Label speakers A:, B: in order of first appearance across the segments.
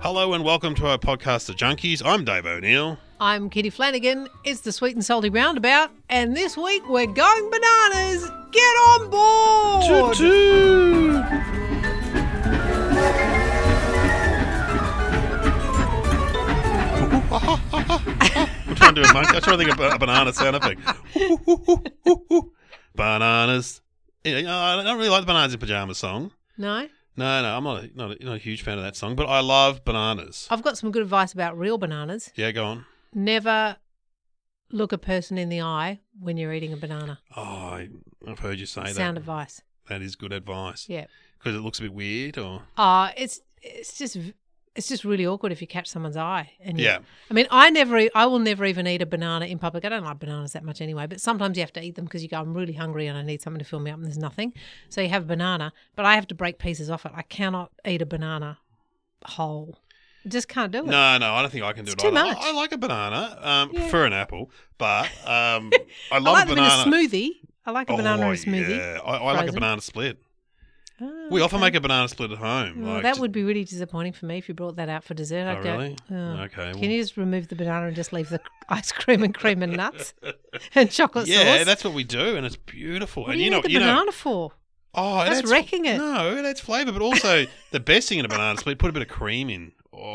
A: Hello and welcome to our podcast, The Junkies. I'm Dave O'Neill.
B: I'm Kitty Flanagan. It's the Sweet and Salty Roundabout, and this week we're going bananas. Get on board.
A: Toot, toot. I'm trying to do a monkey. I'm trying to think of a banana sound effect. bananas. Yeah, I don't really like the bananas in pajamas song.
B: No,
A: No, no, I'm not a, not, a, not a huge fan of that song, but I love bananas.
B: I've got some good advice about real bananas.
A: Yeah, go on.
B: Never look a person in the eye when you're eating a banana.
A: Oh, I, I've heard you say
B: Sound
A: that.
B: advice.
A: that is good advice
B: Yeah.
A: because it looks a bit weird, or
B: Uh, it's it's just it's just really awkward if you catch someone's eye. And you-
A: Yeah.
B: I mean, I never, e- I will never even eat a banana in public. I don't like bananas that much anyway, but sometimes you have to eat them because you go, I'm really hungry and I need something to fill me up, and there's nothing. So you have a banana, but I have to break pieces off it. I cannot eat a banana whole. Just can't do it.
A: No, no, I don't think I can do
B: It's
A: it.
B: too
A: either. I-
B: much.
A: I, like a banana. Um,
B: Yeah.
A: prefer an apple, but um, I
B: I
A: love
B: like
A: a
B: them in a
A: banana.
B: smoothie. I like a banana in
A: Oh,
B: a smoothie.
A: Yeah, I, I like a
B: Frozen.
A: banana split.
B: Oh,
A: We often
B: okay.
A: make a banana split at home.
B: Well,
A: like,
B: Mm, that
A: ju-
B: would be really disappointing for me if you brought that out for dessert. I'd
A: Oh,
B: go,
A: really?
B: "Oh,
A: Okay,
B: Can
A: well-
B: you just remove the banana and just leave the ice cream and cream and nuts and chocolate
A: yeah,
B: sauce?
A: that's what we do, and it's beautiful.
B: what
A: and
B: do you,
A: know,
B: need
A: you
B: the banana
A: know,
B: for?
A: oh,
B: That's wrecking it.
A: No, that's flavour, but also the best thing in a banana split, put a bit of cream in.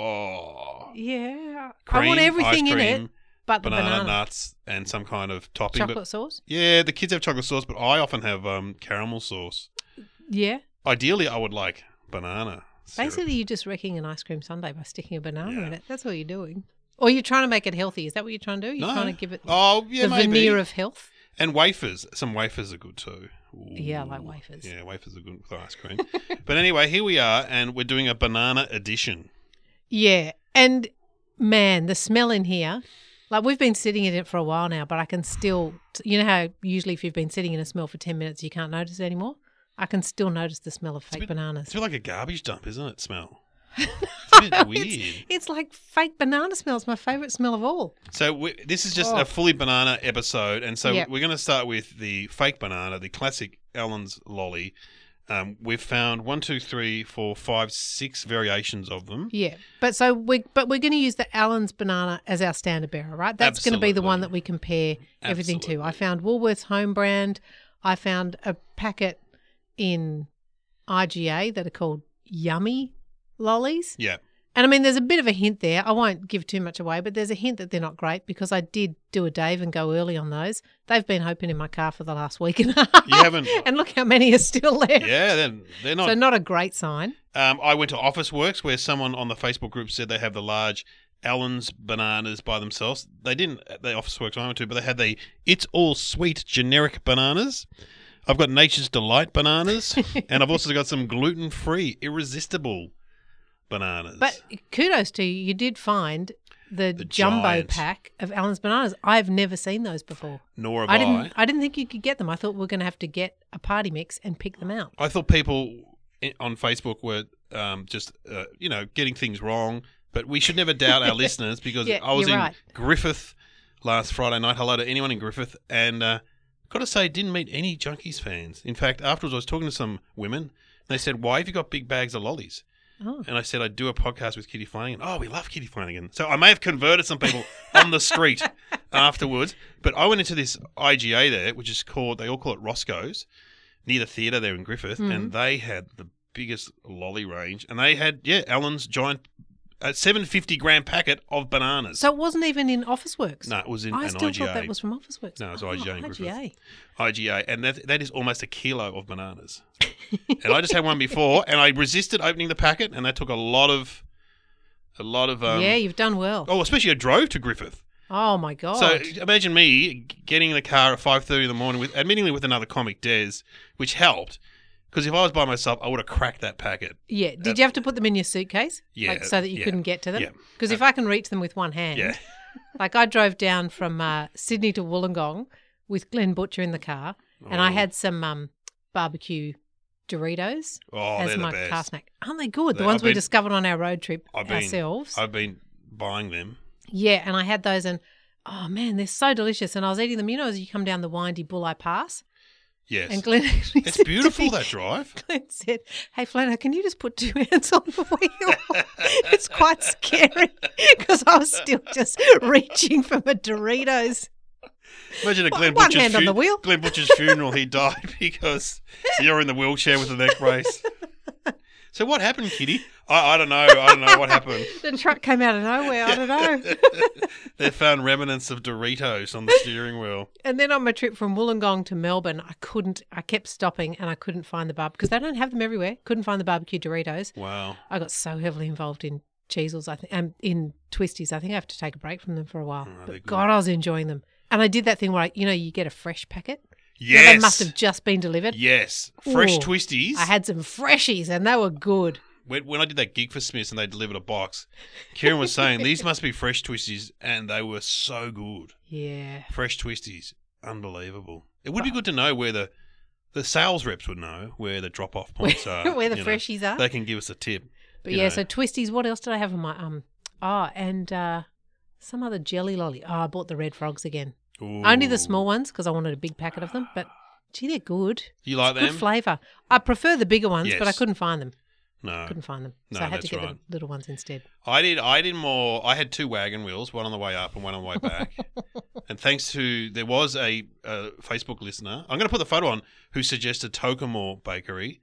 A: Oh,
B: Yeah, I
A: cream,
B: want
A: ice
B: everything in
A: cream,
B: it, but the
A: banana,
B: banana,
A: nuts, and some kind of topping.
B: chocolate
A: But
B: sauce.
A: yeah, the kids have chocolate sauce, but I often have um, caramel sauce.
B: Yeah,
A: Ideally, I would like banana. syrup.
B: basically, you're just wrecking an ice cream sundae by sticking a banana in
A: Yeah.
B: it. That's all you're doing. Or you're trying to make it healthy. Is that what you're trying to do? You're
A: No.
B: trying to give it
A: oh yeah
B: the
A: maybe.
B: veneer of health.
A: and wafers. Some wafers are good too. Ooh.
B: Yeah, I like wafers.
A: Yeah, wafers are good with ice cream. but anyway, here we are, and we're doing a banana edition.
B: Yeah, and man, the smell in here. Like we've been sitting in it for a while now, but I can still. You know how usually if you've been sitting in a smell for ten minutes, you can't notice it anymore. I can still notice the smell of fake
A: bit-
B: bananas.
A: It's a bit like a garbage dump, isn't it? Smell. It's a bit weird.
B: It's, it's like fake banana smell. It's my favorite smell of all.
A: So we, this is just
B: Oh.
A: a fully banana episode, and so
B: Yep.
A: we're going to start with the fake banana, the classic Ellen's lolly. Um, we've found one, two, three, four, five, six variations of them.
B: Yeah, but so we but we're going to use the Allen's banana as our standard bearer, right? That's going to be the one that
A: Absolutely.
B: we compare everything to. I
A: Absolutely.
B: found Woolworths home brand. I found a packet in IGA that are called Yummy Lollies,
A: Yeah,
B: and I mean, there's a bit of a hint there. I won't give too much away, but there's a hint that they're not great because I did do a Dave and go early on those. They've been hoping in my car for the last week and a half.
A: You haven't-
B: and look how many are still left.
A: yeah, they're, they're not
B: So not a great sign.
A: Um, I went to Office Works where someone on the Facebook group said they have the large Allen's bananas by themselves. They didn't at the Office Works I went to, but they had the It's All Sweet generic bananas. I've got Nature's Delight bananas, and I've also got some gluten free, irresistible bananas.
B: But kudos to you. You did find the,
A: The
B: jumbo
A: giant.
B: pack of Allen's bananas. I've never seen those before.
A: Nor have
B: I
A: I.
B: didn't. I didn't think you could get them. I thought we were going to have to get a party mix and pick them out.
A: I thought people i- on Facebook were um, just, uh, you know, getting things wrong. But we should never doubt our listeners because
B: Yeah,
A: I was in
B: you're right.
A: Griffith last Friday night. Hello to anyone in Griffith. And uh, got to say, didn't meet any Junkies fans. In fact, afterwards, I was talking to some women. And they said, Why have you got big bags of lollies?
B: Oh.
A: And I said, I do a podcast with Kitty Flanagan. Oh, we love Kitty Flanagan. So I may have converted some people on the street afterwards. But I went into this IGA there, which is called, they all call it Roscoe's, near the theatre there in Griffith.
B: Mm-hmm.
A: And they had the biggest lolly range. And they had, yeah, Alan's giant uh, 750 gram packet of bananas.
B: So it wasn't even in Office Works.
A: no, it was in
B: I
A: an
B: still
A: IGA.
B: thought that was from Office Works.
A: No, it's
B: Oh,
A: IGA in Griffith.
B: IGA.
A: IGA, and that, that is almost a kilo of bananas. and I just had one before, and I resisted opening the packet, and that took a lot of, a lot of. Um,
B: yeah, you've done well. Oh,
A: Oh, especially I drove to Griffith.
B: my god.
A: So imagine me getting in the car at five thirty in the morning with, admittingly with another comic, Des, which helped because if I was by myself, I would have cracked that packet.
B: yeah. Did you have to put them in your suitcase?
A: uh, Yeah,
B: Like, so that you
A: yeah,
B: couldn't get to them.
A: yeah. Um,
B: Because if I can reach them with one hand,
A: Yeah,
B: Like I drove down from uh, Sydney to Wollongong with Glenn Butcher in the car, and I
A: Oh.
B: had some um, barbecue Doritos
A: oh,
B: as
A: they're
B: my
A: the best.
B: car snack. Aren't they good? The
A: They-
B: ones
A: I've
B: we
A: been-
B: discovered on our road trip
A: I've been-
B: ourselves.
A: I've been buying them.
B: Yeah, and I had those, and oh man, they're so delicious. And I was eating them, you know, as you come down the windy Bulleye Pass,
A: Yes,
B: and Glenn. actually
A: it's
B: said to
A: beautiful
B: me-
A: that drive.
B: Glenn said, "Hey, Flana, can you just put two hands on the wheel? it's quite scary because I was still just reaching for my Doritos."
A: Imagine a
B: One-
A: Glenn
B: one
A: Butcher's
B: hand on
A: fu-
B: the wheel.
A: Glenn Butcher's funeral. He died because you're in the wheelchair with a neck brace. So what happened, Kitty? I, I don't know. I don't know what happened.
B: The truck came out of nowhere. I don't know.
A: they found remnants of Doritos on the steering wheel.
B: And then on my trip from Wollongong to Melbourne, I couldn't. I kept stopping, and I couldn't find the barb because they don't have them everywhere. Couldn't find the barbecue Doritos.
A: Wow.
B: I got so heavily involved in cheesels, I think, and in twisties. I think I have to take a break from them for a while.
A: Oh, they're
B: but
A: good.
B: God, I was enjoying them. And I did that thing where, I, you know, you get a fresh packet. Now,
A: Yes.
B: They must have just been delivered.
A: Yes. Fresh
B: Ooh.
A: twisties.
B: I had some freshies, and they were good.
A: when, when I did that gig for Smiths and they delivered a box, Kieran was saying these must be fresh twisties, and they were so good.
B: Yeah.
A: Fresh twisties, unbelievable. It would be good to know where the the sales reps would know where the drop off points are.
B: Where the
A: Uh, you know.
B: freshies are.
A: They can give us a tip.
B: But
A: you
B: yeah,
A: know.
B: so twisties. What else did I have on my um? Ah, and uh, some other jelly lolly. Oh, I bought the red frogs again. Only
A: Ooh.
B: the small ones because I wanted a big packet of them. But gee, they're good.
A: You like
B: Good
A: them?
B: flavour. I prefer the bigger ones, but I
A: Yes.
B: couldn't find them.
A: no.
B: Couldn't find them, so
A: No,
B: I had to
A: that's
B: get
A: right.
B: the little ones instead.
A: I did. I did more. I had two wagon wheels, one on the way up and one on the way back. and thanks to there was a, uh Facebook listener. I'm going to put the photo on who suggested Tokemore Bakery,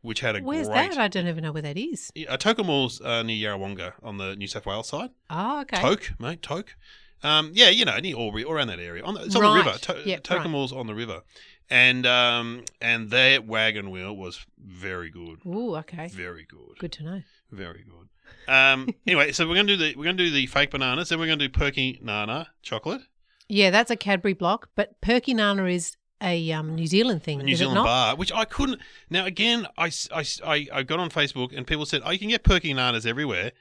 A: which had a
B: Where's
A: great.
B: that? I don't even know where that is.
A: Yeah, uh, Tokemore's uh, near Yarrawonga on the New South Wales side.
B: Oh, okay.
A: Toke, mate, Toke. Um, yeah, you know, near Albury, or around that area. On the, it's on
B: Right.
A: the river. To-
B: Yep,
A: Tokemore's on the river, and um, and their wagon wheel was very good,
B: Ooh, okay.
A: very good.
B: Good to know.
A: Very good. Um, anyway, so we're gonna do the we're gonna do the fake bananas, then we're gonna do perky nana chocolate,
B: Yeah, that's a Cadbury block, but Perky Nana is a um, New Zealand
A: a
B: thing.
A: New
B: is
A: Zealand
B: it not?
A: bar, which I couldn't. Now again, I, s- I s- I- I got on Facebook and people said, "Oh, you can get perky nanas everywhere."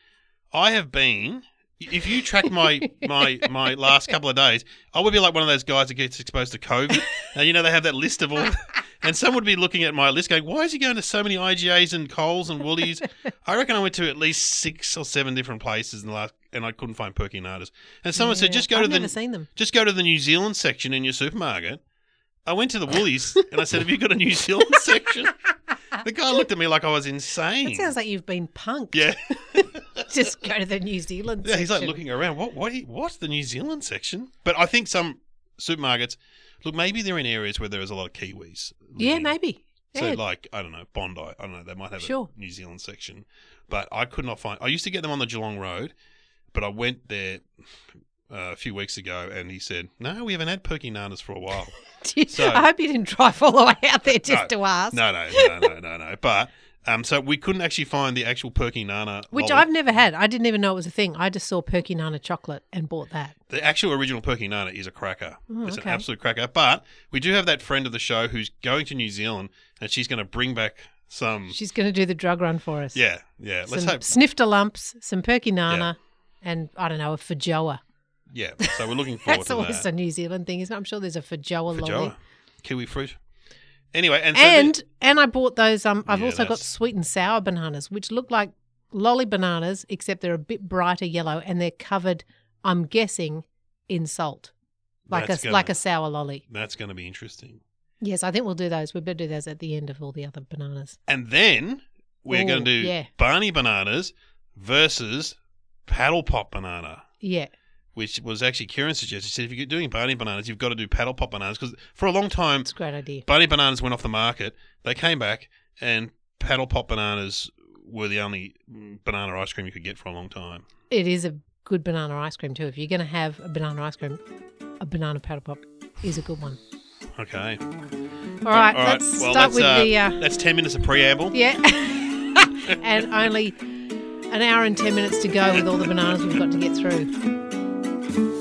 A: I have been. If you track my my my last couple of days, I would be like one of those guys that gets exposed to COVID, and you know they have that list of all. And some would be looking at my list, going, "Why is he going to so many IGAs and Coles and Woolies?" I reckon I went to at least six or seven different places in the last, and I couldn't find perky nanas. And someone said,
B: Yeah,
A: "Just go
B: I've
A: to the
B: never seen them.
A: just go to the New Zealand section in your supermarket. I went to the Woolies and I said, Have you got a New Zealand section? The guy looked at me like I was insane.
B: It sounds like you've been punked.
A: yeah.
B: Just go to the New Zealand.
A: yeah. He's like
B: section.
A: looking around. What, what, what? The New Zealand section? But I think some supermarkets, look, maybe they're in areas where there is a lot of Kiwis.
B: Yeah,
A: living.
B: maybe.
A: So,
B: Yeah.
A: like, I don't know, Bondi. I don't know. They might have
B: Sure.
A: a New Zealand section. But I could not find. I used to get them on the Geelong Road, but I went there uh, a few weeks ago and he said, No, we haven't had perky nanas for a while. so-
B: I hope you didn't drive all the way out there just
A: No,
B: to ask.
A: No, no, no, no, no, no. But um, so we couldn't actually find the actual Perky Nana,
B: Which
A: lolli-
B: I've never had. I didn't even know it was a thing. I just saw Perky Nana chocolate and bought that.
A: the actual original Perky Nana is a cracker.
B: Oh,
A: it's
B: okay.
A: an absolute cracker. But we do have that friend of the show who's going to New Zealand, and she's going to bring back some.
B: She's going to do the drug run for us.
A: Yeah, yeah. Mm. Let's
B: some
A: hope.
B: snifter lumps, some Perky Nana, and I don't know a fajoa.
A: Yeah. So we're looking forward
B: That's
A: to
B: always
A: that.
B: a New Zealand thing, isn't it? I'm sure there's a fajoa lolly.
A: Fajoa. Kiwi fruit. Anyway, and so
B: And and I bought those. Um, I've
A: Yeah,
B: also got
A: that's-
B: sweet and sour bananas, which look like lolly bananas, except they're a bit brighter yellow and they're covered. I'm guessing in salt, like
A: That's
B: a
A: gonna-
B: like a sour lolly.
A: that's going to be interesting.
B: Yes, I think we'll do those. We better do those at the end of all the other bananas.
A: And then we're
B: Ooh,
A: going to do
B: yeah.
A: Barney bananas versus paddle pop banana,
B: Yeah,
A: which was actually Kieran suggested. She said if you're doing Barney bananas, you've got to do paddle pop bananas because for a long time
B: it's a great idea.
A: Barney bananas went off the market. They came back and paddle pop bananas were the only mm, banana ice cream you could get for a long time.
B: It is a good banana ice cream too. If you're going to have a banana ice cream, a banana powder pop is a good one.
A: Okay.
B: All right,
A: All right.
B: let's
A: well,
B: start
A: that's,
B: with
A: uh,
B: the uh,
A: that's ten minutes of preamble.
B: yeah, and only an hour and ten minutes to go with all the bananas we've got to get through.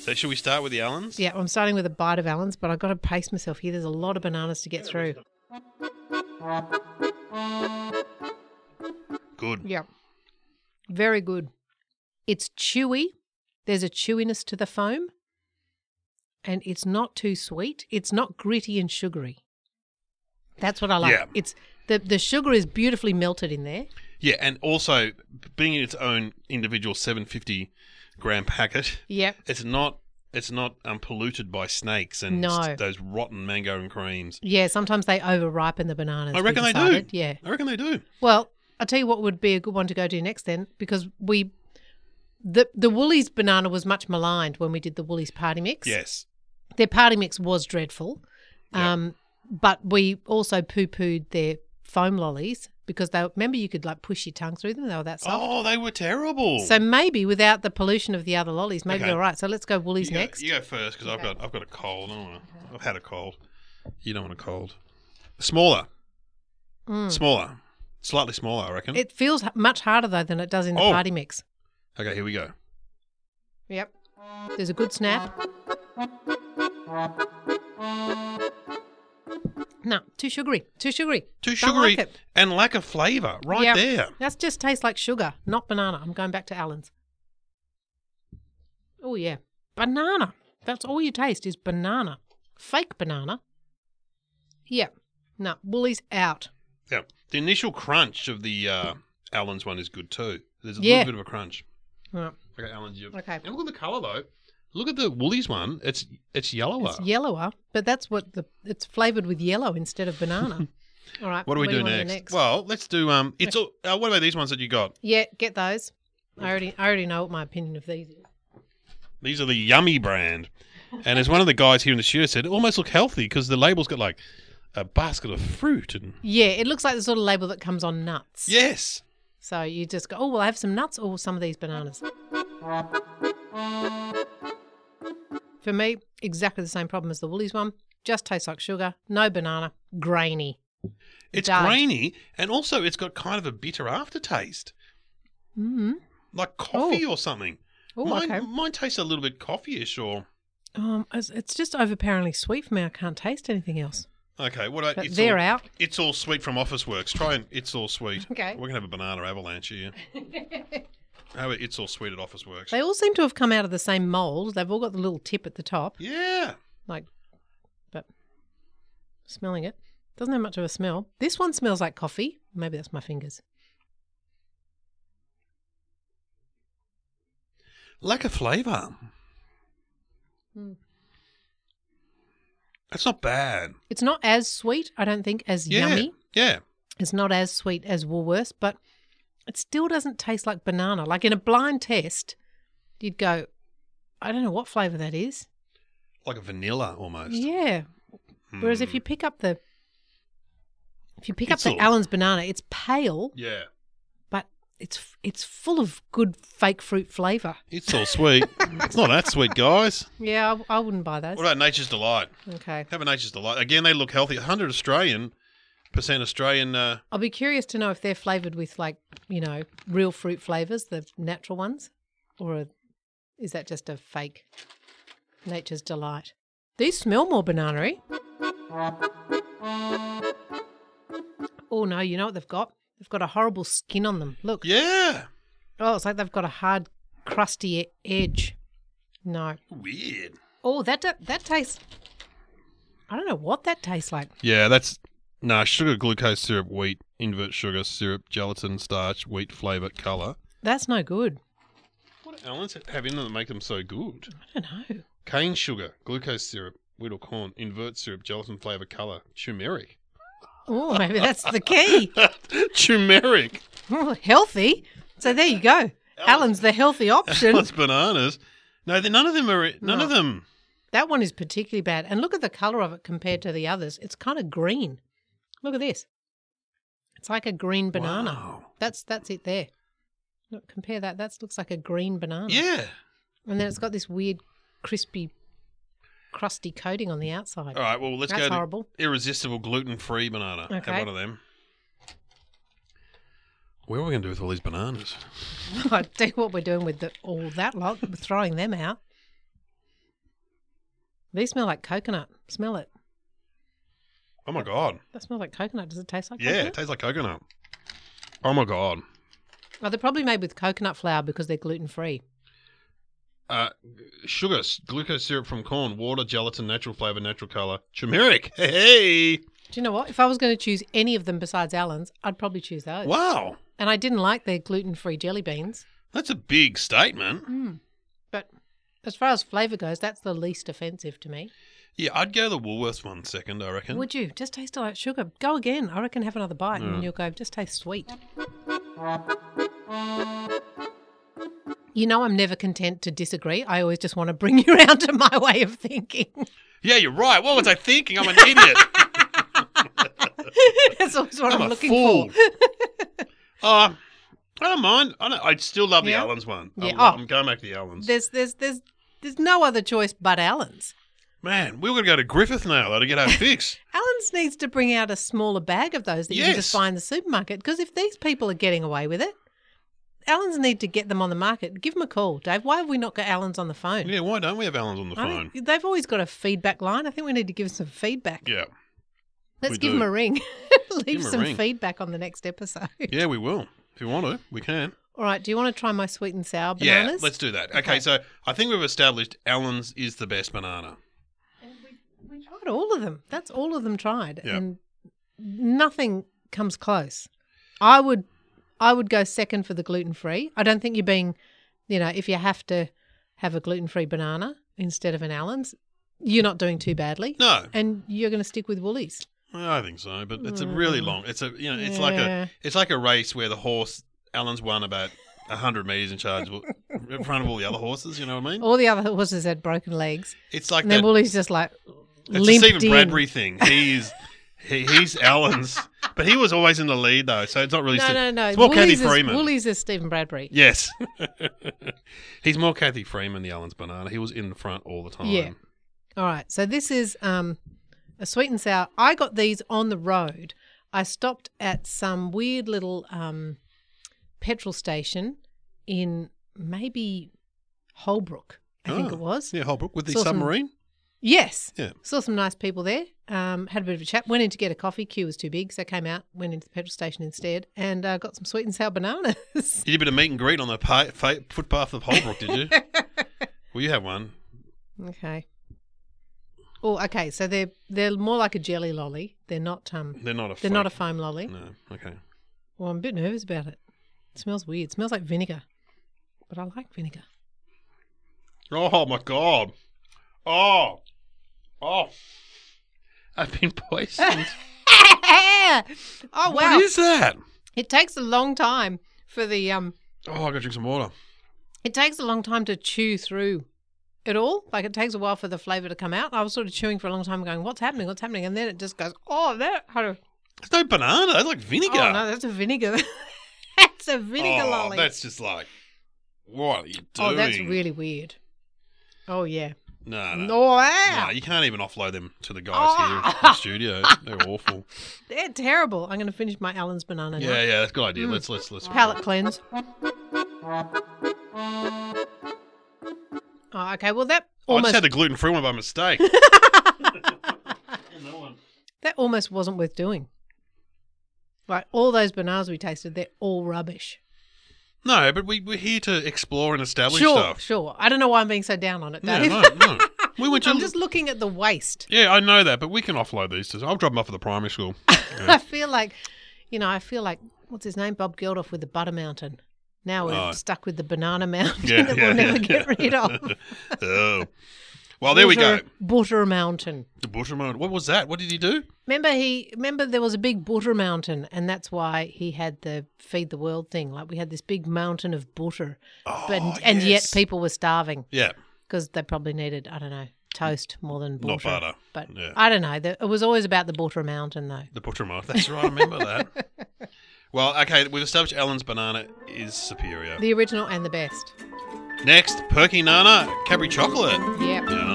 A: So should we start with the Allens?
B: Yeah, I'm starting with a bite of Allen's, but I've got to pace myself here. There's a lot of bananas to get through.
A: Good.
B: Yeah, very good. It's chewy. There's a chewiness to the foam, and it's not too sweet. It's not gritty and sugary. That's what I like.
A: Yeah.
B: It's the the sugar is beautifully melted in there.
A: Yeah, and also being in its own individual 750 gram packet,
B: Yep.
A: it's not it's not um, polluted by snakes and
B: No.
A: s- those rotten mango and creams.
B: Yeah, sometimes they overripen the bananas.
A: I
B: we
A: reckon they do.
B: decided. Yeah.
A: I reckon they do.
B: Well, I'll tell you what would be a good one to go do next then, because we the the Woolies banana was much maligned when we did the Woolies party mix.
A: Yes.
B: Their party mix was dreadful.
A: Yeah.
B: Um but we also poo pooed their foam lollies because they remember you could like push your tongue through them, they were that soft.
A: Oh, they were terrible.
B: So maybe without the pollution of the other lollies, maybe
A: Okay.
B: they're all right. So let's go
A: you
B: Woolies
A: go,
B: next.
A: You go first because
B: Okay.
A: I've got I've got a cold. I don't wanna, I've had a cold. You don't want a cold. Smaller,
B: Mm.
A: smaller, slightly smaller. I reckon.
B: It feels h- much harder though than it does in the
A: Oh.
B: party mix.
A: okay, here we go.
B: Yep. There's a good snap. No, too sugary. Too sugary.
A: Too
B: Don't
A: sugary
B: like it.
A: and lack of flavour. Right
B: Yeah.
A: there.
B: That just tastes like sugar, not banana. I'm going back to Allen's. Oh yeah, banana. That's all you taste is banana. Fake banana. Yeah. No, Woolies out.
A: Yeah. The initial crunch of the uh, Allen's one is good too. There's a
B: Yeah.
A: little bit of a crunch.
B: Right.
A: Okay, Allen's. You...
B: Okay.
A: And look at the colour though. Look at the Woolies one. It's it's yellower.
B: It's yellower, but that's what the it's flavored with yellow instead of banana. all right.
A: what do we do,
B: wanna
A: next? Well, let's do um. It's all. Uh, what about these ones that you got?
B: Yeah, get those. I already I already know what my opinion of these is.
A: These are the Yummy brand, and as one of the guys here in the studio said, it almost look healthy because the label's got like a basket of fruit and.
B: Yeah, it looks like the sort of label that comes on nuts.
A: Yes.
B: So you just go, oh, well, I have some nuts or some of these bananas. For me, exactly the same problem as the Woolies one. Just tastes like sugar, no banana, grainy.
A: It's
B: does.
A: grainy, and also it's got kind of a bitter aftertaste,
B: Mm.
A: like coffee or something.
B: Oh,
A: mine,
B: okay.
A: mine tastes a little bit coffee-ish or
B: Um, it's, it's just overpoweringly sweet for me. I can't taste anything else.
A: Okay, what about
B: But
A: it's
B: they're
A: all,
B: out.
A: It's all sweet from Office Works. Try and it's all sweet.
B: Okay.
A: We're gonna have a banana avalanche here. How about it's all sweet at Office Works?
B: They all seem to have come out of the same mold. They've all got the little tip at the top,
A: yeah.
B: like, but smelling it doesn't have much of a smell. This one smells like coffee. Maybe that's my fingers.
A: Lack of flavour.
B: Hmm.
A: That's not bad.
B: It's not as sweet, I don't think, as
A: Yeah.
B: yummy.
A: Yeah.
B: It's not as sweet as Woolworths, but it still doesn't taste like banana. Like in a blind test, you'd go, I don't know what flavour that is.
A: Like a vanilla almost.
B: Yeah. Whereas if
A: Mm.
B: you pick up the if you pick
A: It's
B: up
A: all-
B: the Allen's banana, it's pale,
A: Yeah.
B: but it's it's full of good fake fruit flavour.
A: It's all sweet. it's not that sweet, guys.
B: Yeah, I, I wouldn't buy those.
A: What about Nature's Delight?
B: Okay.
A: Have a Nature's Delight. Again, they look healthy. 100 Australian percent Australian. Uh,
B: I'll be curious to know if they're flavoured with like, you know, real fruit flavours, the natural ones. or a, is that just a fake nature's delight? These smell more bananary. Oh no, you know what they've got? They've got a horrible skin on them. Look.
A: Yeah.
B: Oh, it's like they've got a hard, crusty e- edge. No.
A: Weird.
B: Oh, that that, that tastes. I don't know what that tastes like.
A: Yeah, that's no sugar, glucose syrup, wheat, invert sugar, syrup, gelatin, starch, wheat flavor, color.
B: That's no good.
A: What do almonds have in them that make them so good?
B: I don't know.
A: Cane sugar, glucose syrup, wheat or corn, invert syrup, gelatin flavor, color, turmeric.
B: Oh, maybe that's the key.
A: turmeric.
B: Oh, healthy. So there you go. Alan's the healthy option.
A: That's bananas. No, they- none of them are. e, None of
B: No.
A: them.
B: That one is particularly bad. And look at the color of it compared to the others. It's kind of green. Look at this. It's like a green banana.
A: Wow.
B: That's that's it there. Look, compare that. That looks like a green banana.
A: Yeah.
B: And then it's got this weird, crispy, crusty coating on the outside.
A: All right. Well, let's
B: that's
A: go. To
B: horrible.
A: irresistible gluten-free banana.
B: Okay.
A: Have one of them. What are we going to do with all these bananas?
B: I do what we're doing with the, all that lot. We're throwing them out. These smell like coconut. Smell it.
A: Oh my god.
B: That smells like coconut. Does it taste like
A: Yeah, it
B: coconut?
A: tastes like coconut. Oh my god.
B: Oh, they're probably made with coconut flour because they're gluten free.
A: Uh, sugar, s- glucose syrup from corn, water, gelatin, natural flavor, natural color, turmeric. Hey, hey.
B: Do you know what? If I was going to choose any of them besides Allen's, I'd probably choose those.
A: Wow,
B: And I didn't like their gluten free jelly beans.
A: that's a big statement.
B: Mm. But as far as flavour goes, that's the least offensive to me.
A: Yeah, I'd go the Woolworths one second. I reckon.
B: Would you? Just taste it like sugar. Go again. I reckon have another bite and
A: Mm.
B: you'll go, just taste sweet. You know, I'm never content to disagree. I always just want to bring you around to my way of thinking.
A: yeah, you're right. What was I thinking? I'm an idiot.
B: That's always what I'm,
A: I'm a
B: looking
A: fool.
B: for.
A: Uh, I don't mind. I don't, I'd still love the
B: Yeah?
A: Allens one. I
B: Yeah,
A: lo-
B: oh.
A: I'm going back to the Allens.
B: There's, there's, there's, there's no other choice but Allen's.
A: Man, we were going to go to Griffith now though, to get our fix.
B: Allen's needs to bring out a smaller bag of those that you can just
A: Yes.
B: buy in the supermarket. Because if these people are getting away with it, Allen's need to get them on the market. Give them a call, Dave. Why have we not got Allen's on the phone?
A: yeah, why don't we have Allens on the
B: I
A: phone?
B: don't- They've always got a feedback line. I think we need to give some feedback.
A: Yeah,
B: Let's
A: we
B: give
A: do.
B: them a ring. Leave
A: 'em a
B: some
A: ring.
B: feedback on the next episode.
A: yeah, we will. If you want to, we can.
B: All right. Do you want to try my sweet and sour
A: Yeah,
B: bananas?
A: let's do that. Okay,
B: Okay.
A: so I think we've established Allen's is the best banana.
B: We tried all of them. That's all of them tried,
A: Yeah.
B: and nothing comes close. I would, I would go second for the gluten free. I don't think you're being, you know, if you have to have a gluten free banana instead of an Allen's, you're not doing too badly,
A: No,
B: and you're going to stick with Woolies.
A: I think so, but it's a really
B: Mm.
A: long. It's a you know, it's like a
B: Yeah.
A: it's like a race where the horse Allen's won about hundred meters in charge of- in front of all the other horses. You know what I mean?
B: All the other horses had broken legs,
A: It's like
B: and then
A: that.
B: Woolies just like
A: It's a
B: limped
A: Stephen
B: in.
A: Bradbury thing. He's he, he's Allen's, but he was always in the lead though, so it's not really.
B: No,
A: Steve-
B: no, no.
A: It's more Kathy
B: Woolies is,
A: Freeman.
B: Woolies is Stephen Bradbury.
A: Yes, he's more Kathy Freeman, the Allen's banana. He was in the front all the time.
B: Yeah. All right. So this is um, a sweet and sour. I got these on the road. I stopped at some weird little um, petrol station in maybe Holbrook, I think
A: Oh,
B: it was.
A: yeah, Holbrook with the
B: Saw some-
A: submarine.
B: Yes.
A: Yeah.
B: Saw some nice people there. Um, had a bit of a chat. Went in to get a coffee. Queue was too big, so I came out, went into the petrol station instead, and uh, got some sweet and sour bananas.
A: You did a bit of meet and greet on the pa- fa- footpath of Holbrook, did you? well, you have one.
B: okay. Oh, okay. So they're they're more like a jelly lolly. They're not um
A: They're not a.
B: they're not a
A: flake.
B: foam lolly.
A: No. Okay.
B: Well, I'm a bit nervous about it. It smells weird. It smells like vinegar, but I like vinegar.
A: Oh my god. Oh. Oh. I've been poisoned.
B: oh wow!
A: What is that?
B: it takes a long time for the um.
A: Oh, I gotta drink some water.
B: It takes a long time to chew through it all. Like it takes a while for the flavor to come out. I was sort of chewing for a long time, going, "What's happening? What's happening?" And then it just goes, "Oh, that had a
A: It's no banana. That's like vinegar.
B: oh no, that's a vinegar. that's a vinegar
A: Oh,
B: lolly.
A: That's just like. What are you doing?
B: oh, that's really weird. Oh yeah.
A: No, no.
B: Oh
A: No,
B: wow.
A: you can't even offload them to the guys here
B: Oh.
A: in the studio. They're awful.
B: They're terrible. I'm going to finish my Allen's banana. now.
A: Yeah, yeah, that's a good idea. Let's let's let's
B: palate cleanse. Oh, okay. Well, that
A: Oh, I just
B: almost
A: had the gluten free one by mistake.
B: that almost wasn't worth doing. Like all those bananas we tasted, they're all rubbish.
A: no, but we, we're here to explore and establish
B: Sure,
A: stuff.
B: sure. I don't know why I'm being so down on it,
A: Yeah,
B: Dave.
A: no, no. We went to.
B: I'm just looking at the waste.
A: yeah, I know that, but we can offload these. To, I'll drop them off at the primary school.
B: I feel like, you know, I feel like what's his name, Bob Geldof with the Butter Mountain. Now we're
A: Oh.
B: stuck with the banana mountain
A: Yeah,
B: that
A: yeah,
B: we'll never
A: yeah,
B: get
A: yeah.
B: rid of.
A: oh. Well, there we go.
B: Butter- Butter Mountain.
A: The butter moment. What was that? What did he do?
B: Remember he remember there was a big butter mountain and that's why he had the feed the world thing. Like we had this big mountain of butter.
A: Oh,
B: But and yet
A: yes.
B: people were starving
A: Yeah.
B: because they probably needed, I don't know, toast more than butter.
A: Not butter.
B: But
A: Yeah.
B: I don't know. The- It was always about the butter mountain though.
A: The butcher mark. That's right. I remember that. Well, okay. We've established Ellen's banana is superior.
B: The original and the best.
A: Next, Perky Nana Cadbury chocolate.
B: Yeah.
A: Yum.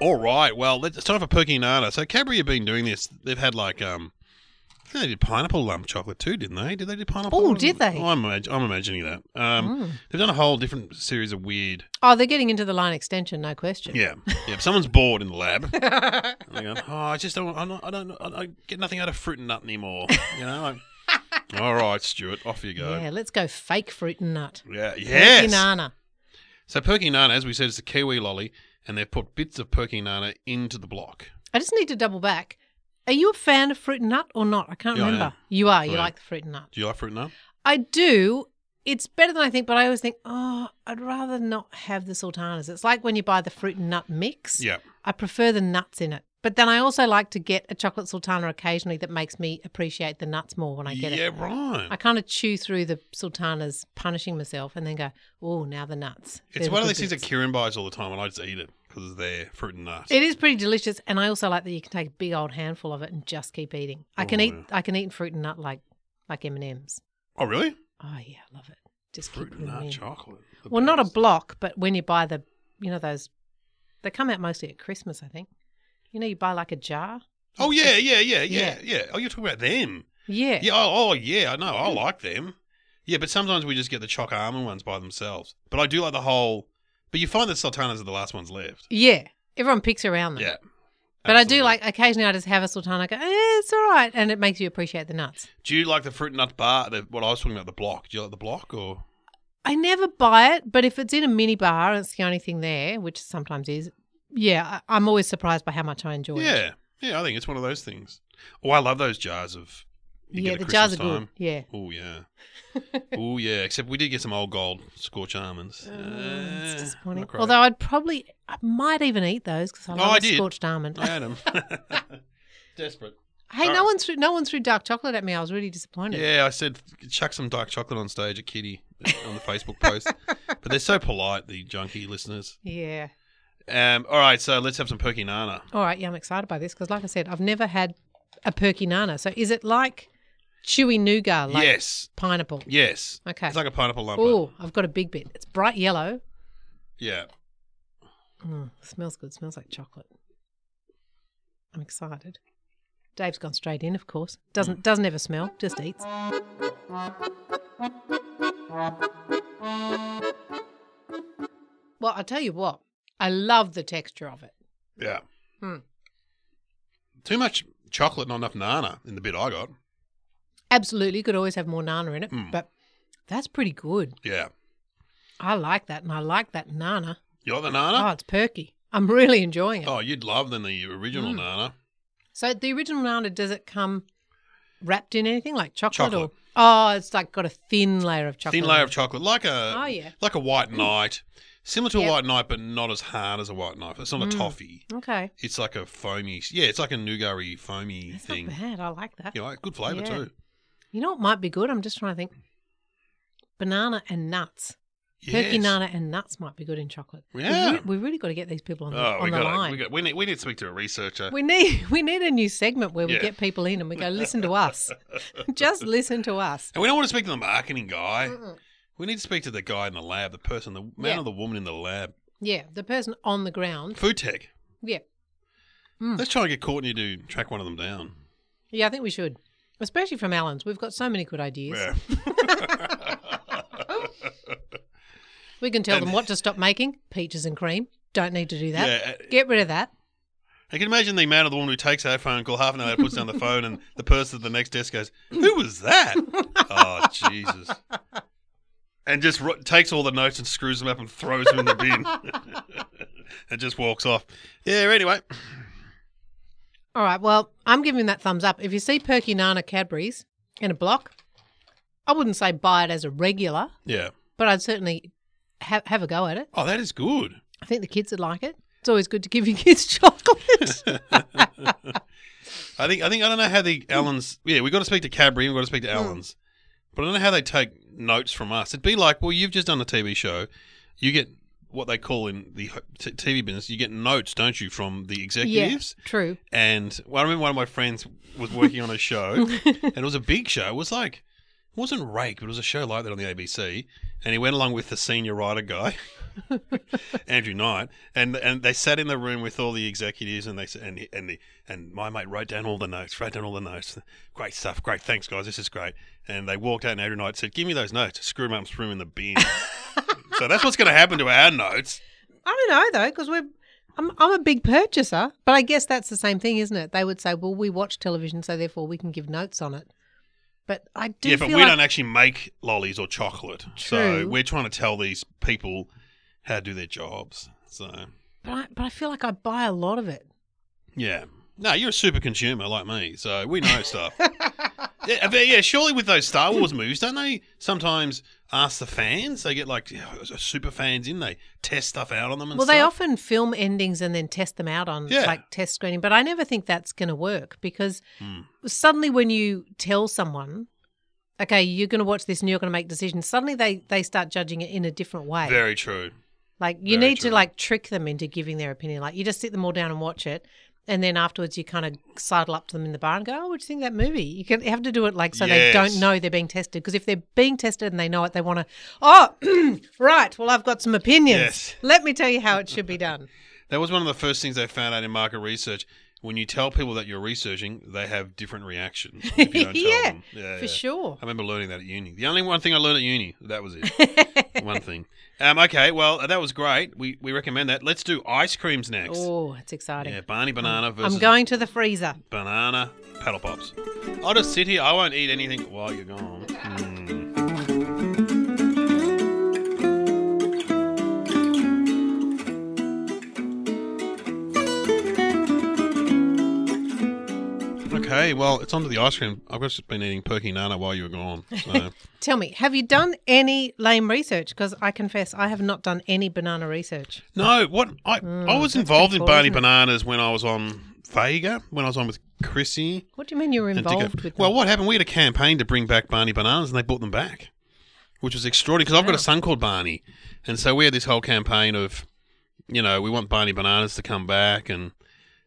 A: All right. Well, let- it's time for Perky Nana. So Cadbury have been doing this. They've had like um. I think they did pineapple lump chocolate too, didn't they? Did they do pineapple?
B: Oh,
A: lump?
B: did they? Hmm.
A: I'm, imag- I'm imagining that. Um, They've done a whole different series of weird
B: Oh, they're getting into the line extension, no question.
A: Yeah, yeah. If someone's bored in the lab, and they go, "Oh, I just don't. I'm not, I don't. I I get nothing out of fruit and nut anymore." You know. Like, All right, Stuart, off you go.
B: Yeah, let's go fake fruit and nut.
A: Yeah.
B: Yes.
A: Yes. So perky nana, as we said, is a kiwi lolly, and they've put bits of perky nana into the block.
B: I just need to double back. Are you a fan of fruit and nut or not? I can't
A: Yeah, I
B: remember.
A: am.
B: You are. You
A: I am.
B: like the fruit and nut.
A: Do you like fruit and nut?
B: I do. It's better than I think, but I always think, oh, I'd rather not have the sultanas. It's like when you buy the fruit and nut mix.
A: Yeah.
B: I prefer the nuts in it. But then I also like to get a chocolate sultana occasionally that makes me appreciate the nuts more when I get
A: yeah,
B: it.
A: right.
B: I kind of chew through the sultanas, punishing myself, and then go, oh, now the nuts. They're
A: it's
B: the
A: one of
B: good
A: these things that
B: bits.
A: Kieran buys all the time, and I just eat it because it's there, fruit and nut.
B: It is pretty delicious, and I also like that you can take a big old handful of it and just keep eating. I can
A: Oh,
B: eat,
A: yeah.
B: I can eat fruit and nut like, like M and M's.
A: oh, really?
B: Oh yeah, I love it. Just
A: Fruit
B: keep
A: and
B: them
A: nut
B: in.
A: chocolate. The
B: Well, not a
A: best.
B: block, but when you buy the, you know those, they come out mostly at Christmas, I think. You know, you buy like a jar.
A: Oh yeah, yeah, yeah, yeah,
B: Yeah.
A: yeah. Oh, you're talking about them.
B: Yeah.
A: Yeah. Oh, oh, yeah. I know. I like them. Yeah, but sometimes we just get the choc almond ones by themselves. But I do like the whole. But you find that sultanas are the last ones left.
B: Yeah. Everyone picks around them.
A: Yeah.
B: Mm. But I
A: Absolutely.
B: do like occasionally I just have a sultana. I go, eh, it's all right, and it makes you appreciate the nuts.
A: Do you like the fruit nut bar? The, what I was talking about, the block. Do you like the block or?
B: I never buy it, but if it's in a mini bar and it's the only thing there, which sometimes is, yeah, I, I'm always surprised by how much I enjoy it.
A: Yeah, yeah. I think it's one of those things. Oh, I love those jars of. you
B: Yeah,
A: get
B: the
A: at
B: jars are
A: Christmas
B: good.
A: time.
B: Yeah.
A: Oh yeah. oh yeah. Except we did get some old gold scorch almonds.
B: Oh,
A: Eh,
B: it's disappointing.
A: not great.
B: Although I'd probably, I might even eat those because I
A: Oh,
B: love
A: I
B: a
A: did.
B: scorched almond.
A: I had 'em. Desperate.
B: Hey,
A: All
B: no
A: right.
B: one threw no one threw dark chocolate at me. I was really disappointed.
A: Yeah, I said chuck some dark chocolate on stage at Kitty uh, on the Facebook post. But they're so polite, the junkie listeners.
B: Yeah.
A: Um, all right, so let's have some perky nana.
B: All right. Yeah, I'm excited by this because, like I said, I've never had a perky nana. So is it like chewy nougat, like
A: yes,
B: pineapple?
A: yes.
B: Okay.
A: It's like a pineapple lump. but-
B: oh, I've got a big bit. It's bright yellow.
A: Yeah.
B: Mm, smells good. Smells like chocolate. I'm excited. Dave's gone straight in, of course. Doesn't doesn't ever smell. Just eats. Well, I tell you what. I love the texture of it.
A: Yeah.
B: Hmm.
A: Too much chocolate, not enough nana in the bit I got.
B: Absolutely, you could always have more nana in it,
A: Mm.
B: but that's pretty good.
A: Yeah.
B: I like that, and I like that nana.
A: You like the
B: Oh,
A: nana?
B: it's perky. I'm really enjoying it.
A: Oh, you'd love than the original
B: Mm.
A: nana.
B: So the original nana, does it come wrapped in anything like chocolate,
A: Chocolate.
B: or oh, it's like got a thin layer of chocolate.
A: Thin layer of chocolate, like a
B: Oh, yeah.
A: like a white knight, similar to
B: Yep.
A: a white knight, but not as hard as a white knife. It's not
B: Mm.
A: a toffee.
B: Okay,
A: It's like a foamy. Yeah, it's like a nougat foamy
B: that's
A: thing.
B: not bad. I like that.
A: You know, good flavour
B: Yeah.
A: too.
B: You know what might be good? I'm just trying to think. Banana and nuts, perky
A: Yes.
B: nana and nuts might be good in chocolate. We've
A: Yeah.
B: re- we really got to get these people on the,
A: Oh,
B: on
A: we
B: the
A: got,
B: line.
A: we got. We need. We need to speak to a researcher.
B: We need we need a new segment where we
A: Yeah.
B: get people in and we go listen to us. Just listen to us.
A: and we don't want to speak to the marketing guy.
B: Mm-mm.
A: We need to speak to the guy in the lab, the person, the man
B: Yeah.
A: or the woman in the lab,
B: Yeah, the person on the ground.
A: food tech.
B: Yeah. Mm.
A: Let's try and get Courtney to track one of them down.
B: Yeah, I think we should. Especially from Alan's. We've got so many good ideas. We can tell
A: And-
B: them what to stop making peaches and cream. Don't need to do that.
A: yeah.
B: Get rid of that.
A: I can imagine the amount of the woman who takes her phone call half an hour later, puts down the phone, and the person at the next desk goes, "Who was that?" oh Jesus! And just ro- takes all the notes and screws them up and throws them in the bin, and just walks off. Yeah. Anyway,
B: All right. Well, I'm giving that thumbs up. If you see Perky Nana Cadbury's in a block, I wouldn't say buy it as a regular,
A: yeah.
B: but I'd certainly have, have a go at it.
A: Oh, that is good.
B: I think the kids would like it. It's always good to give your kids chocolate.
A: I think I think I don't know how the Allens. Yeah, we got to speak to Cadbury and we got to speak to Allens, but I don't know how they take notes from us. It'd be like, well, you've just done a TV show, you get what they call in the h- t- TV business, you get notes, don't you, from the executives?
B: true.
A: And well, I remember one of my friends was working on a show, and it was a big show. It was like it wasn't Rake, but it was a show like that on the ABC. And he went along with the senior writer guy, Andrew Knight, and and they sat in the room with all the executives, and they s- and he- and the, and my mate wrote down all the notes, wrote down all the notes. Great stuff, great thanks guys, this is great. And they walked out, and Andrew Knight said, "Give me those notes, screw them up, threw them in the bin." so that's what's going to happen to our notes.
B: I don't know though, because we're. I'm, I'm a big purchaser, but I guess that's the same thing, isn't it? They would say, "Well, we watch television, so therefore we can give notes on it." But I do
A: yeah,
B: feel
A: but we
B: like
A: don't actually make lollies or chocolate. So
B: True.
A: we're trying to tell these people how to do their jobs. So
B: but I, but I feel like I buy a lot of it.
A: yeah. No, you're a super consumer like me, so we know stuff. yeah, but yeah, surely with those Star Wars movies, don't they sometimes ask the fans? They get like you know, super fans in, they test stuff out on them and
B: Well,
A: stuff.
B: they often film endings and then test them out on
A: Yeah.
B: like test screening, but I never think that's going to work because
A: Hmm.
B: suddenly when you tell someone, okay, you're going to watch this and you're going to make decisions, suddenly they they start judging it in a different way.
A: Very true.
B: like you
A: very
B: need
A: true.
B: to like trick them into giving their opinion. Like you just sit them all down and watch it. And then afterwards, you kind of sidle up to them in the bar and go, "Oh, what do you think of that movie?" You can have to do it like so they
A: Yes.
B: don't know they're being tested. Because if they're being tested and they know it, they want to. Oh, right. Well, I've got some opinions.
A: Yes.
B: Let me tell you how it should be done.
A: That was one of the first things they found out in market research. When you tell people that you're researching, they have different reactions. If you don't tell
B: Yeah,
A: them. yeah,
B: For
A: yeah.
B: sure.
A: I remember learning that at uni. The only one thing I learned at uni, that was it. one thing. Um, okay, well, that was great. We, we recommend that. Let's do ice creams next.
B: Oh, it's exciting.
A: Yeah, Barney Banana versus
B: I'm going to the freezer.
A: Banana Paddle Pops. I'll just sit here. I won't eat anything while you're gone. Mm. Okay, well, it's onto the ice cream. I've just been eating Perky Nana while you were gone. So.
B: Tell me, have you done any lame research? Because I confess, I have not done any banana research.
A: No, what I I was involved in
B: cool,
A: Barney
B: Hmm, isn't it?
A: Bananas when I was on Vega, when I was on with Chrissy
B: What do you mean you were
A: and Dicko.
B: involved with?
A: Well,
B: them?
A: what happened? We had a campaign to bring back Barney Bananas, and they brought them back, which was extraordinary. Because I've got a son called Barney, and so we had this whole campaign of, you know, we want Barney Bananas to come back, and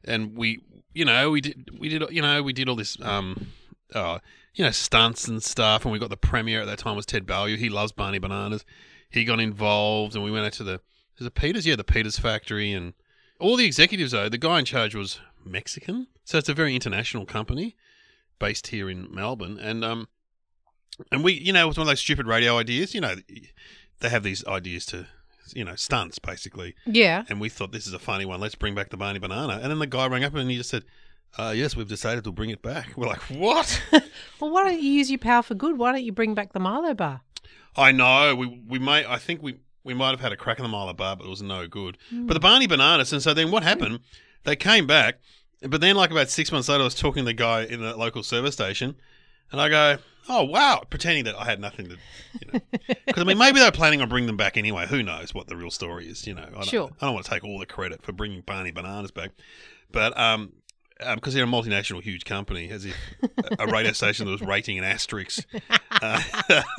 A: and we, you know, we did we did you know we did all this um, uh, you know, stunts and stuff, and we got the premier at that time was Ted Ballew. He loves Barney Bananas. He got involved, and we went out to the is it Peters? Yeah, the Peters factory, and all the executives though. The guy in charge was Mexican, so it's a very international company based here in Melbourne, and um, and we, you know, it was one of those stupid radio ideas. You know, they have these ideas to, you know, stunts basically,
B: yeah.
A: and we thought this is a funny one. Let's bring back the Barney Banana, and then the guy rang up and he just said, uh, "Yes, we've decided to bring it back." We're like, "What?"
B: Well, why don't you use your power for good? Why don't you bring back the Milo bar?
A: I know we we may I think we we might have had a crack in the Milo bar, but it was no good. But the Barney Bananas, and so then what happened? They came back, but then like about six months later, I was talking to the guy in the local service station, and I go, "Oh wow!" Pretending that I had nothing to, you know, because I mean maybe they're planning on bringing them back anyway. Who knows what the real story is? You know, I don't,
B: Sure.
A: I don't want to take all the credit for bringing Barney Bananas back, but um. Because they're a multinational, huge company, as if a- a radio station that was rating an asterisk uh,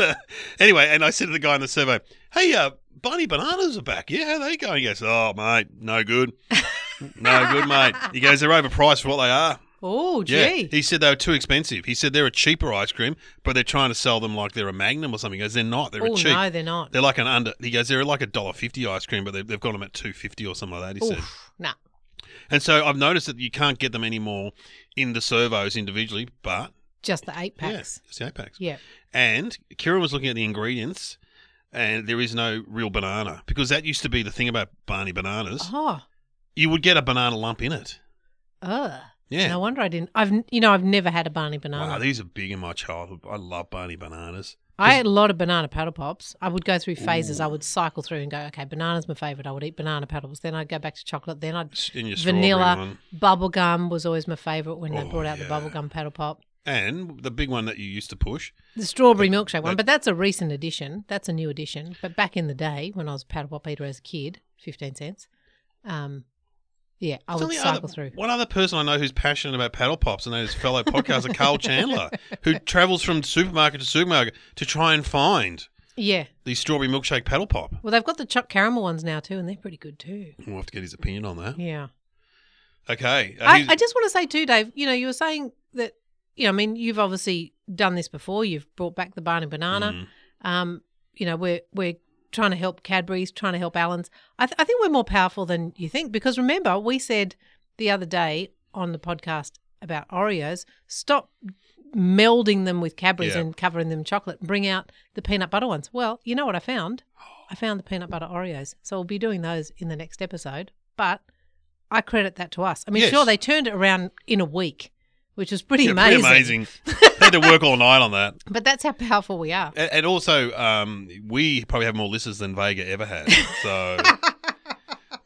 A: anyway, and I said to the guy in the survey, "Hey, uh, Barney Bananas are back. Yeah, how they going?" He goes, "Oh, mate, no good, no good, mate." He goes, "They're overpriced for what they are."
B: Oh, gee.
A: Yeah, he said they were too expensive. He said they're a cheaper ice cream, but they're trying to sell them like they're a Magnum or something. He goes, "They're not. They're
B: oh,
A: a cheap."
B: no, they're not.
A: They're like an under. He goes, they're like a dollar fifty ice cream, but they've, they've got them at two fifty or something like that. He said,
B: Oof, nah.
A: And so I've noticed that you can't get them anymore in the servos individually, but
B: Just the eight
A: yeah,
B: packs.
A: it's the eight packs.
B: Yeah.
A: And Kieran was looking at the ingredients, and there is no real banana because that used to be the thing about Barney bananas.
B: Oh.
A: You would get a banana lump in it.
B: Ugh.
A: Yeah.
B: No wonder I didn't. I've n- you know I've never had a Barney banana.
A: Wow, these are big in my childhood. I love Barney bananas.
B: I ate a lot of banana paddle pops. I would go through phases. I would cycle through and go, okay, banana's my favorite. I would eat banana paddle pops. Then I'd go back to chocolate. Then I'd
A: In your
B: Vanilla.
A: strawberry one.
B: bubble gum was always my favorite when they
A: Oh,
B: brought out the
A: yeah.
B: bubble gum paddle pop.
A: And the big one that you used to push.
B: The strawberry milkshake one,
A: that-
B: but that's a recent addition. That's a new addition. But back in the day when I was a paddle pop eater as a kid, fifteen cents. Um, yeah, I
A: It's
B: would
A: only
B: cycle
A: other-
B: through.
A: One other person I know who's passionate about paddle pops and that is fellow podcaster Carl Chandler, who travels from supermarket to supermarket to try and find
B: Yeah.
A: the strawberry milkshake paddle pop.
B: Well, they've got the choc caramel ones now too, and they're pretty good too.
A: We'll have to get his opinion on that.
B: Yeah.
A: Okay. Uh,
B: I,
A: he's-
B: I just want to say too, Dave. You know, you were saying that. You know, I mean, you've obviously done this before. You've brought back the barn and banana.
A: Mm.
B: Um, you know, we're we're trying to help Cadbury's, trying to help Allen's. I, th- I think we're more powerful than you think because remember we said the other day on the podcast about Oreos, stop melding them with Cadbury's
A: Yeah.
B: and covering them in chocolate. and Bring out the peanut butter ones. Well, you know what I found? I found the peanut butter Oreos. So we'll be doing those in the next episode. But I credit that to us. I mean,
A: Yes.
B: sure, they turned it around in a week, which was pretty,
A: yeah,
B: amazing,
A: pretty amazing. Had to work all night on that.
B: But that's how powerful we are.
A: A- And also, um, we probably have more listeners than Vega ever had. So,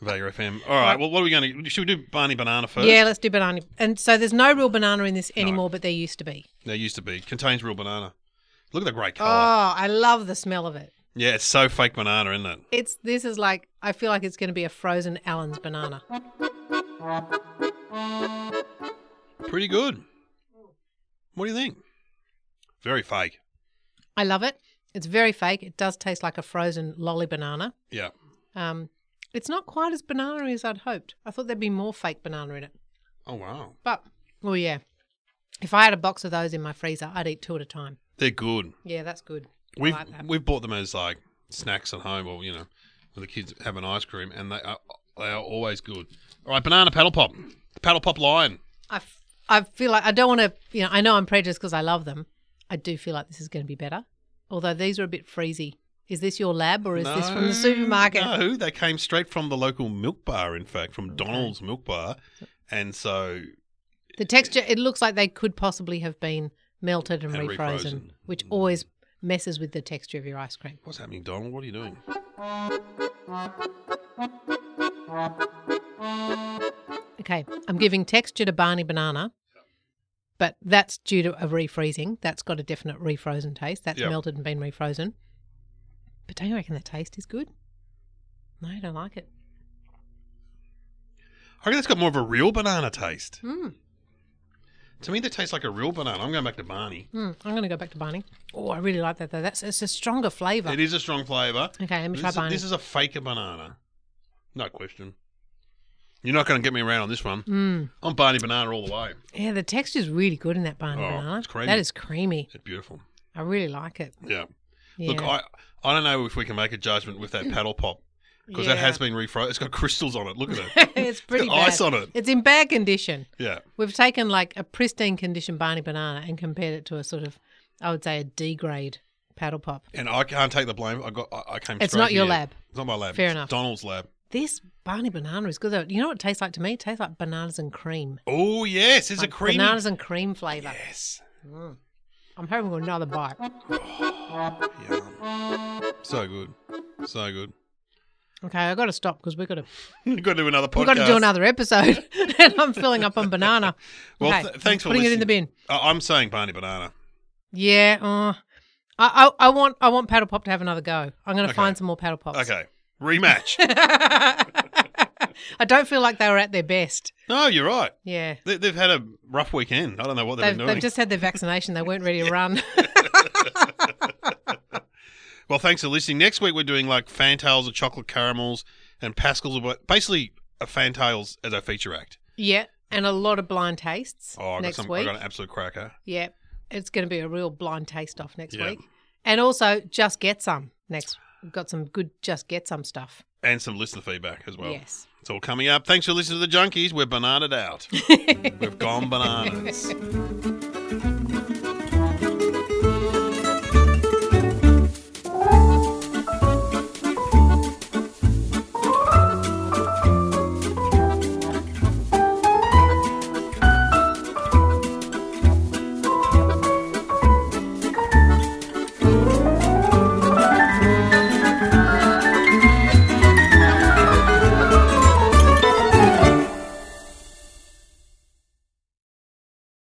A: Vega FM. All right. Well, what are we going to? Should we do Barney Banana first?
B: Yeah, let's do banana. And so there's no real banana in this anymore, but there used to be.
A: There used to be contains real banana. Look at the great color.
B: Oh, I love the smell of it.
A: yeah, it's so fake banana, isn't it?
B: It's this is like I feel like it's going to be a frozen Allen's banana.
A: Pretty good. What do you think? Very fake.
B: I love it. It's very fake. It does taste like a frozen lolly banana.
A: Yeah.
B: Um, it's not quite as banana as I'd hoped. I thought there'd be more fake banana in it.
A: Oh wow.
B: But oh yeah, if I had a box of those in my freezer, I'd eat two at a time.
A: They're good.
B: Yeah, that's good. I
A: We've
B: like that.
A: we've bought them as like snacks at home, or you know, when the kids have an ice cream, and they are they are always good. All right, banana paddle pop, paddle pop line.
B: I, f- I feel like I don't want to, you know, I know I'm prejudiced because I love them. I do feel like this is going to be better. Although these are a bit freezy. Is this your lab or is this from the supermarket?
A: No, they came straight from the local milk bar. In fact, from Donald's Milk Bar, and so
B: The texture, it looks like they could possibly have been melted and,
A: And
B: refrozen,
A: refrozen. Mm.
B: which always messes with the texture of your ice cream.
A: what's happening, Donald? What are you doing?
B: Okay, I'm giving texture to Barney banana, but that's due to a refreezing. That's got a definite refrozen taste. That's
A: Yeah.
B: melted and been refrozen. But don't you reckon the taste is good? No, I don't like it.
A: I reckon it's got more of a real banana taste.
B: Mm.
A: To me, that tastes like a real banana. I'm going back to Barney.
B: Mm, I'm going to go back to Barney. Oh, I really like that though. That's it's a stronger flavour.
A: It is a strong flavour.
B: Okay, let me
A: This,
B: try
A: is-
B: Barney.
A: this is a faker banana. No question. You're not going to get me around on this one.
B: Mm.
A: I'm Barney banana all the way.
B: Yeah, the texture's really good in that Barney
A: Oh,
B: banana.
A: it's creamy.
B: That is creamy.
A: It's beautiful.
B: I really like it.
A: Yeah.
B: Yeah.
A: Look, I I don't know if we can make a judgment with that paddle pop because that
B: Yeah.
A: has been refrozen. It's got crystals on it. Look at it.
B: it's pretty
A: got ice
B: bad.
A: on it.
B: It's in bad condition.
A: Yeah.
B: We've taken like a pristine condition Barney banana and compared it to a sort of, I would say, a D grade paddle pop.
A: And I can't take the blame. I got. I, I came.
B: It's
A: straight
B: not your
A: here.
B: lab.
A: It's not my lab.
B: Fair
A: It's
B: enough.
A: Donald's lab.
B: This Barney banana is good though. You know what it tastes like to me? It tastes like bananas and cream.
A: Oh yes, there's
B: Like
A: a creamy.
B: Bananas and cream flavour.
A: Yes.
B: Mm. I'm having another bite.
A: Yum. So good. So good.
B: Okay, i got to stop because we've got to
A: We've got to do another podcast.
B: we've got to do another episode, and I'm filling up on banana.
A: Well,
B: Okay,
A: th-
B: I'm
A: thanks for
B: putting it in the bin.
A: I- I'm saying Barney Banana.
B: Yeah, uh, I, I I want I want paddle pop to have another go. I'm going to
A: Okay.
B: find some more paddle pops.
A: Okay. Rematch.
B: I don't feel like they were at their best.
A: no, you're right.
B: Yeah.
A: They- they've had a rough weekend. I don't know what they've,
B: They've,
A: been doing.
B: they've just had their vaccination. They weren't ready to run.
A: Well, thanks for listening. Next week we're doing like fantails or chocolate caramels and pascals or what? Basically, a fantails as our feature act.
B: yeah. And a lot of blind tastes
A: Oh, I got
B: next
A: some.
B: week.
A: I got an absolute cracker.
B: Yeah. It's going to be a real blind taste off next
A: Yeah.
B: week. And also, just get some next. We've got some good just get some stuff.
A: And some listener feedback as well.
B: Yes.
A: It's all coming up. Thanks for listening to the Junkies. We're bananaed out. We've gone bananas.